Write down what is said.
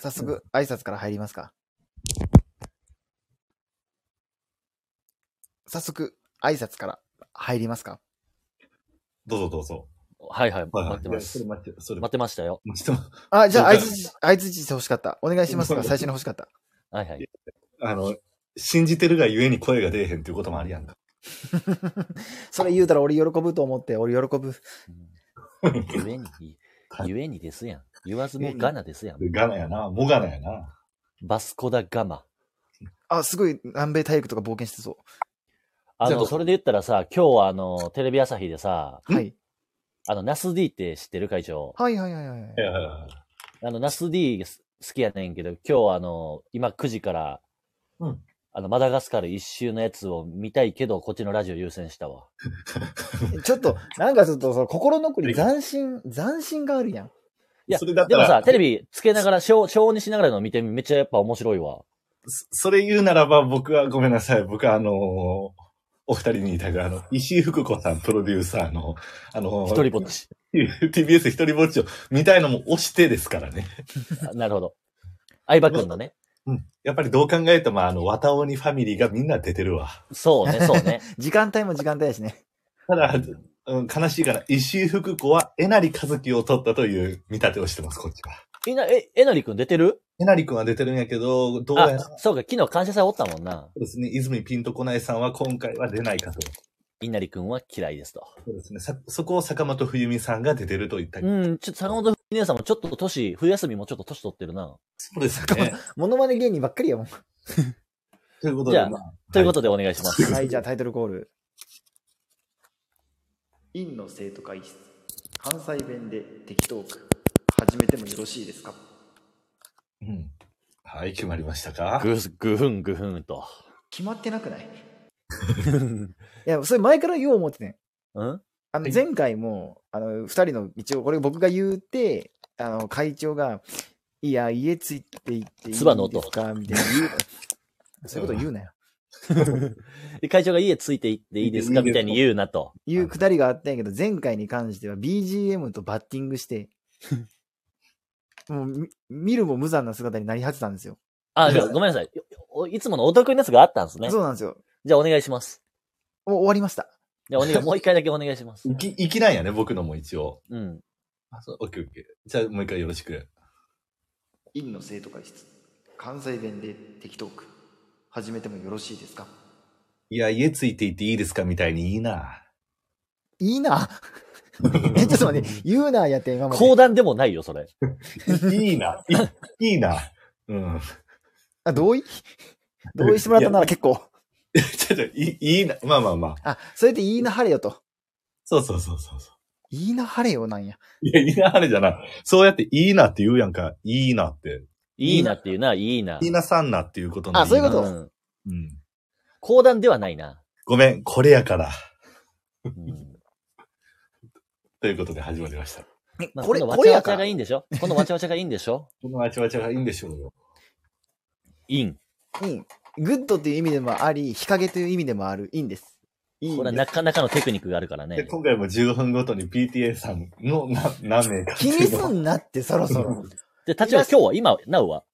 早速、挨拶から入りますか。早速、挨拶から入りますか。どうぞどうぞ。はいはい、はいは待いってますい。やそれ待って、それ待ってましたよ。待ってまあ、じゃあ、了相解づち、相づちして欲しかった。お願いしますが、最初に欲しかった。 はいはい。あの、信じてるがゆえに声が出えへんっていうこともあるやんか。それ言うたら俺喜ぶと思って、俺喜ぶ。ゆ えに、ゆえにですやん。言わずもがなですやん。でガナやな、モガナやな。バスコダガマ。あ、すごい南米大陸とか冒険してそあじゃあどの、うそれで言ったらさ、今日はあの、テレビ朝日でさ、う。はい。あの、ナス D って知ってる会長。はいはいはいはい。いやいやいやあの、ナス D す好きやねんけど、今日はあの、今9時から、うんあの、マダガスカル一周のやつを見たいけど、こっちのラジオ優先した わ。ちょっと、なんかちょっと、その心の奥に斬新、斬新があるやん。いやそれだったでらもさ、テレビつけながら、小小音にしながらの見てみ、めっちゃやっぱ面白いわ。そそれ言うならば僕はごめんなさい。僕はあのーお二人にいたが、あの、石井福子さん、プロデューサーの、あのー一人ぼっち。 TBS 一人ぼっちを見たいのも押してですからね。あなるほど。相葉くんのね。うん。やっぱりどう考えても、あの、綿鬼ファミリーがみんな出てるわ。そうね、そうね。時間帯も時間帯やしね。ただ、うん、悲しいから、石井福子はえなりかずきを取ったという見立てをしてます、こっちは。みんな、え、えなりくん出てるえなりくんは出てるんやけど、どうやら、あそ、そうか、昨日感謝祭おったもんな。うですね、泉ピンとこないさんは今回は出ないかと。いなりくんは嫌いですと。そうですね、さそこを坂本冬美さんが出てると言った。うん、ちょっと坂本姉さんもちょっと年、冬休みもちょっと年取ってるな。そうです坂ね。モノマネ芸人ばっかりやもん。ということじゃで、あまあということでお願いします。はい、じゃあタイトルコール。院の生徒会室関西弁で適当く始めてもよろしいですかうん。はい、決まりましたかぐ、ぐふんぐふんと。決まってなくないいや、それ前から言おう思っててん。うん あのはい前回も、あの、二人の、一応これ僕が言うて、あの、会長が、いや、家ついて行っていいです唾の音かみたいな言う。そういうこと言うなよ。で会長が家ついていっていいですかみたいに言うなと。いうくだりがあったんやけど、前回に関しては BGM とバッティング して、もうみ見るも無残な姿になりはずなんですよ。あ、じゃあごめんなさい。おいつものお得意なやつがあったんですねそ。うなんですよ。じゃあお願いします。もう終わりました。じゃあお願い、もう一回だけお願いします。いき、いきなんやね、僕のも一応。うん。あ、そう、オッケーオッケー。じゃあもう一回よろしく。院の生徒会室関西弁で適当く始めてもよろしいですかいや、家ついていっていいですかみたいにいいな。いい な。え、ちょっと待って、言うなやって、今まで。講談でもないよ、それ。 いいな。いいいな。うん。あ、同意同意してもらったなら結構。 ちょっと、いいいな。まあまあまあ。あ、それでいいな晴れよと。そうそうそうそうそいいな晴れよなんや。う。いや、いいなあれじゃない。そうやっていいなって言うやんか。いいなって。いいなっていうな、いいな。いいなさんなっていうことのあそういうなことうんうん。講談ではないな。ごめん、これやから。うんということで始まりました。えまあこれ、このこわちれゃわやちゃかがらい。いんでしょこのわちゃわちゃがいいんでしょこのわちゃわちゃがいいんでしょうよ。イン。うん。グッドという意味でもあり、日陰という意味でもある、いいんです。いいこれはんなです。かなかのテクニックがあるからで、ね。今回も15分ごとに PTA さんのな何名か。気にすんなって、そろそろ。 で、立場、今日は、今、なうは。